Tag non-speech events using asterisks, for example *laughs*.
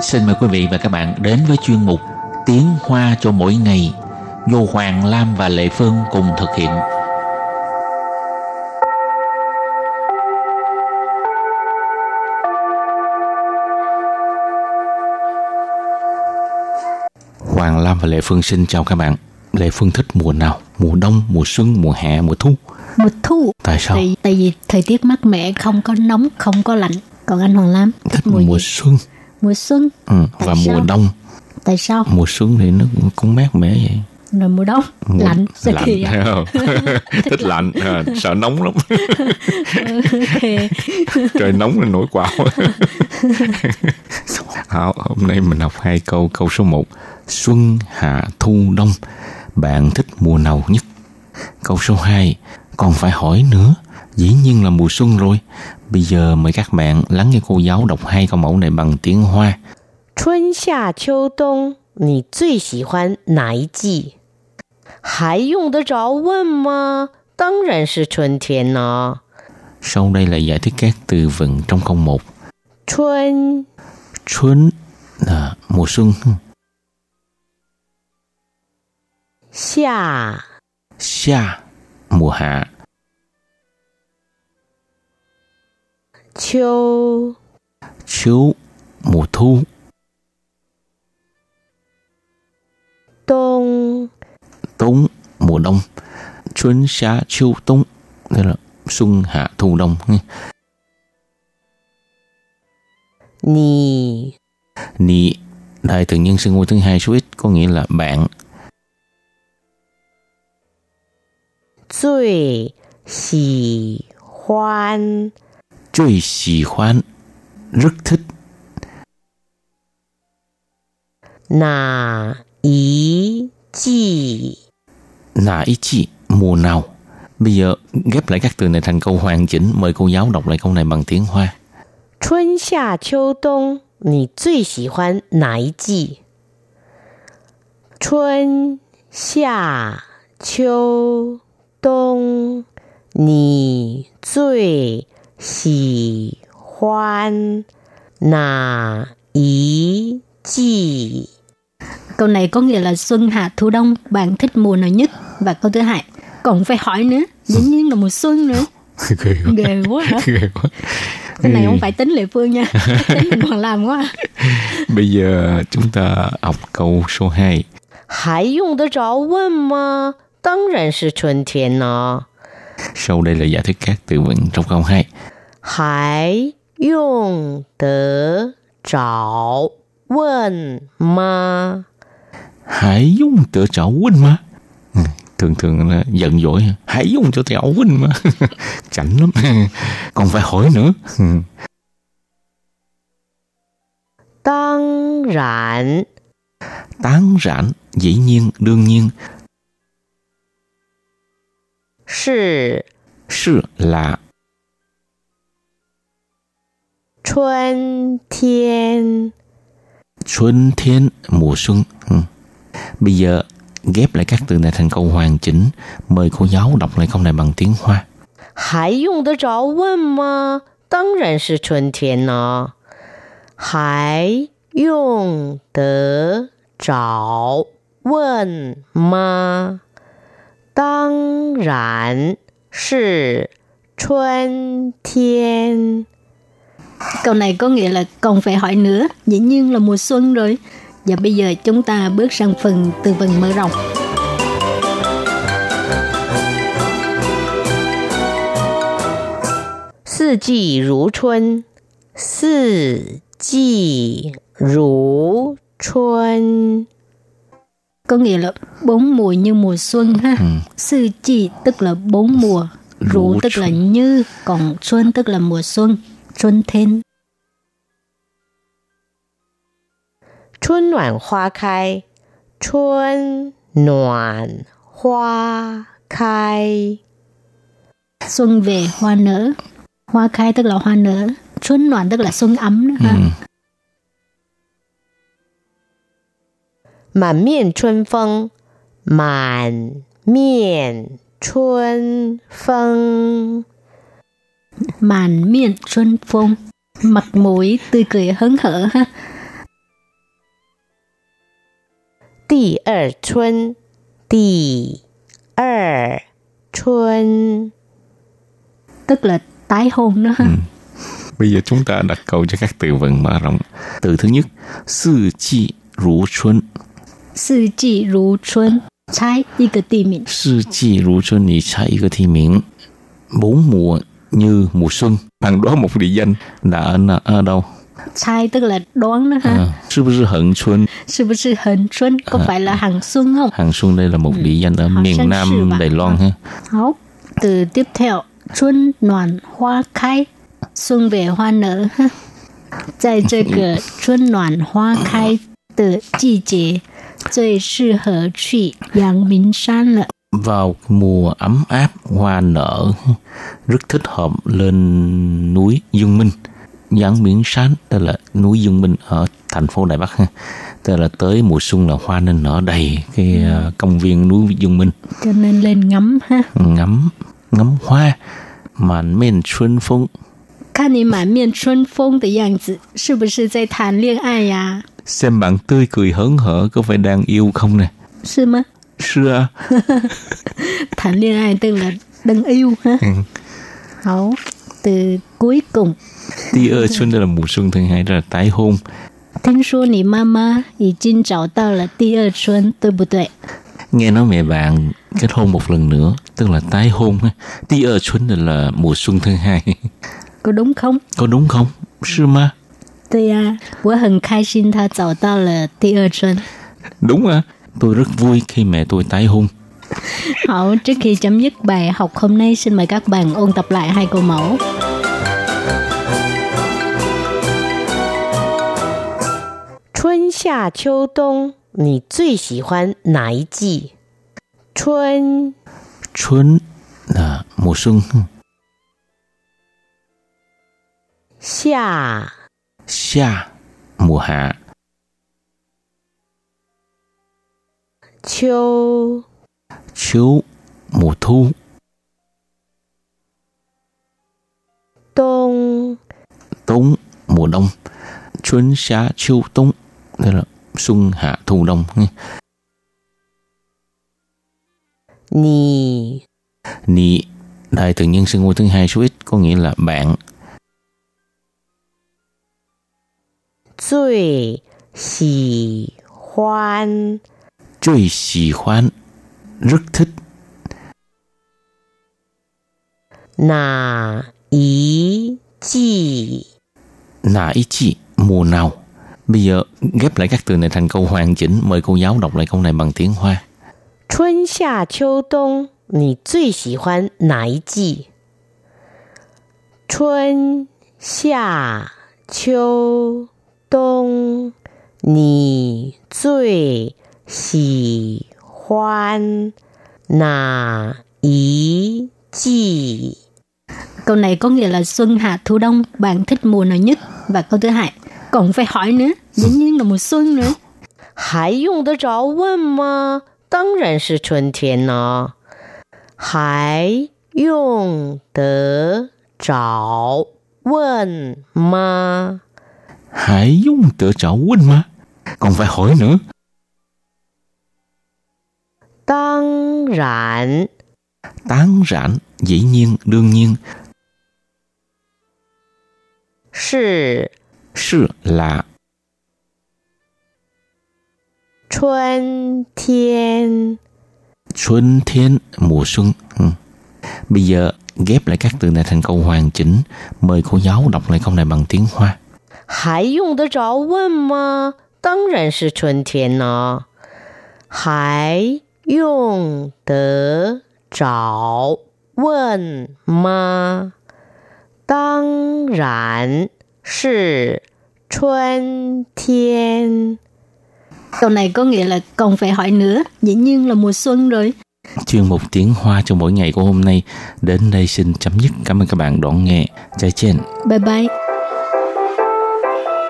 Xin mời quý vị và các bạn đến với chuyên mục Tiếng Hoa cho mỗi ngày do Hoàng Lam và Lệ Phương cùng thực hiện. Hoàng Lam và Lệ Phương xin chào các bạn. Lệ Phương thích mùa nào? Mùa đông, mùa xuân, mùa hạ, mùa thu. mùa thu Tại sao? tại, tại vì thời tiết mát mẻ không có nóng không có lạnh còn anh hoàng lam Thích mùa mùa, gì? xuân mùa xuân ừ, Tại và mùa sao? đông. tại sao Mùa xuân thì nó cũng, cũng mát mẻ vậy. rồi mùa đông Mùa- lạnh sao lạnh kỳ vậy? à, thấy không? *laughs* thích lạnh à, sợ nóng lắm Ừ, ok. *laughs* trời nóng là nổi quạo Hảo, hôm nay mình học hai câu câu số 1 xuân hạ thu đông bạn thích mùa nào nhất câu số 2 còn phải hỏi nữa dĩ nhiên là mùa xuân rồi bây giờ mời các bạn lắng nghe cô giáo đọc hai câu mẫu này bằng tiếng hoa 春夏秋冬，你最喜欢哪一季？还用得着问吗？当然是春天呢、 sau đây là giải thích các từ vựng trong câu 1春 xuân là mùa xuân 夏 xa mùa hạ 秋 chiếu mùa thu 冬，冬 mùa đông xuân xá chiêu冬đây là xuân hạ thu đông nghe. 你 nị đại tự nhân xưng hô thứ hai số ít có nghĩa là bạn 最喜欢 chơi xì khoan rất thích 哪一季？ là ý chị mùa nào bây giờ ghép lại các từ này thành câu hoàn chỉnh mời cô giáo đọc lại câu này bằng tiếng hoa 春夏秋冬，你最喜欢哪一季？春夏秋冬，你最喜欢哪一季？ câu này có nghĩa là xuân hạ thu đông bạn thích mùa nào nhất và câu thứ hai còn phải hỏi nữa dĩ nhiên là mùa xuân nữa *laughs* ghê ghê quá hả quá cái này không phải tính lệ *laughs* phương nha tính mình còn làm quá bây giờ chúng ta học câu số 2还用得着问吗？当然是春天哦呢、 sau đây là giải thích các từ vựng trong câu 2还用得着问吗？ hãy dùng tựa trảo huynh mà Ừ, thường thường là giận dỗi hãy dùng tựa trảo huynh mà *laughs* chảnh lắm *laughs* còn phải hỏi nữa Ừ, 当然 tán rãn dĩ nhiên đương nhiên 是 sự là 春天 xuân thiên mùa xuân Ừ. bây giờ ghép lại các từ này thành câu hoàn chỉnh mời cô giáo đọc lại câu này bằng tiếng hoa 还用得着问吗？当然是春天呢、还用得着问吗？当然是春天。 câu này có nghĩa là còn phải hỏi nữa dĩ nhiên là mùa xuân rồi và bây giờ chúng ta bước sang phần từ vựng mở rộng 四季如春，四季如春。 có nghĩa là bốn mùa như mùa xuân ha sư chi tức là bốn mùa rủ Rủ tức là như còn xuân tức là mùa xuân xuân thiên 春暖花开，春暖花开， xuân về hoa nở hoa khai tức là hoa nở xuân loạn tức là xuân ấm nữa ha Ừ. 满面春风，满面春风， màn miên xuân phong mặt mũi tươi cười hớn hở ha 第二春，第二春， tức là tái hôn đó ha. Bây giờ chúng ta đặt câu cho các từ vựng mở rộng. Từ thứ nhất, sư chi rủ xuân. Sư chi rú xuân. Trái y cái tì mình. Sư chi rủ xuân thì chạy cái thi miệng. Bốn mùa như mùa xuân. Bạn đó một địa danh là ở, n- ở đâu? Trái tức là đoán đó ha. À, sư bác sư hận xuân. Sư bác sư hận xuân có phải là hàng xuân không? Hàng xuân đây là một địa danh ở Hàng miền Sơn Sư Nam bạn. Đài Loan ha. Hảo. Từ tiếp theo, xuân đoàn hoa khai, xuân về hoa nở. *laughs* ha. Tại cái xuân đoàn hoa khai từ季节最适合去阳明山了。 Vào mùa ấm áp hoa nở rất thích hợp lên núi Dương Minh. Giáng miễn sán đây là núi Dương Minh ở thành phố Đài Bắc ha. Tức là tới mùa xuân là hoa nên nở đầy cái ờ, công viên núi Dương Minh. Cho nên lên ngắm *laughs* ha. ngắm ngắm hoa màn men xuân phong 看你满面春风的样子，是不是在谈恋爱呀？ xem bạn tươi cười hớn hở có phải đang yêu không nè 是吗？ sure 谈恋爱对了，đang yêu *laughs* ha. Ừ. Hảo. Từ cuối cùng tia ơi xuân đây là mùa xuân thứ hai đó là tái hôn 听说你妈妈已经找到了第二春，对不对？ nghe nói mẹ bạn kết hôn một lần nữa tức là tái hôn ha tia ơi xuân đây là mùa xuân thứ hai Có đúng không? có đúng không sư ma Tôi à, tôi hân khai xin ta找到了第二春。 đúng à tôi rất vui khi mẹ tôi tái hôn Hảo, trước khi chấm dứt bài học hôm nay, xin mời các bạn ôn tập lại hai câu mẫu. 春夏秋冬，你最喜欢哪一季？春 xuân là mùa xuân ha. 夏 xa mùa hạ 秋 chiếu mùa thu 冬，冬 mùa đông xuân xá chiêu đông đây là xuân hạ thu đông nghe. 你 nị đại tự nhân sinh ngôi thứ hai số ít có nghĩa là bạn 最喜欢 chơi xì khoan rất thích 哪一季？ là ý chị mùa nào bây giờ ghép lại các từ này thành câu hoàn chỉnh mời cô giáo đọc lại câu này bằng tiếng hoa 春夏秋冬，你最喜欢哪一季？春夏秋冬，你最喜欢哪一季？ Câu này có nghĩa là xuân hạ thu đông, bạn thích mùa nào nhất? Và câu thứ hai, còn phải hỏi nữa, dĩ nhiên là mùa xuân nữa. 还用得着问吗？当然是春天呢、还用得着问吗？ hãy dung tự trở quên mà còn phải hỏi nữa 当然 tán rãn dĩ nhiên đương nhiên 是 sự là 春天。 Xuân thiên mùa xuân. Ừ. Bây giờ ghép lại các từ này thành câu hoàn chỉnh. Mời cô giáo đọc lại câu này bằng tiếng Hoa. 还用得着问吗？当然是春天呢、还用得着问吗？当然是春天。 Câu này có nghĩa là còn phải hỏi nữa, dĩ nhiên là mùa xuân rồi. Chuyên mục tiếng Hoa cho mỗi ngày của hôm nay đến đây xin chấm dứt. Cảm ơn các bạn đón nghe. Chào chen. Bye bye.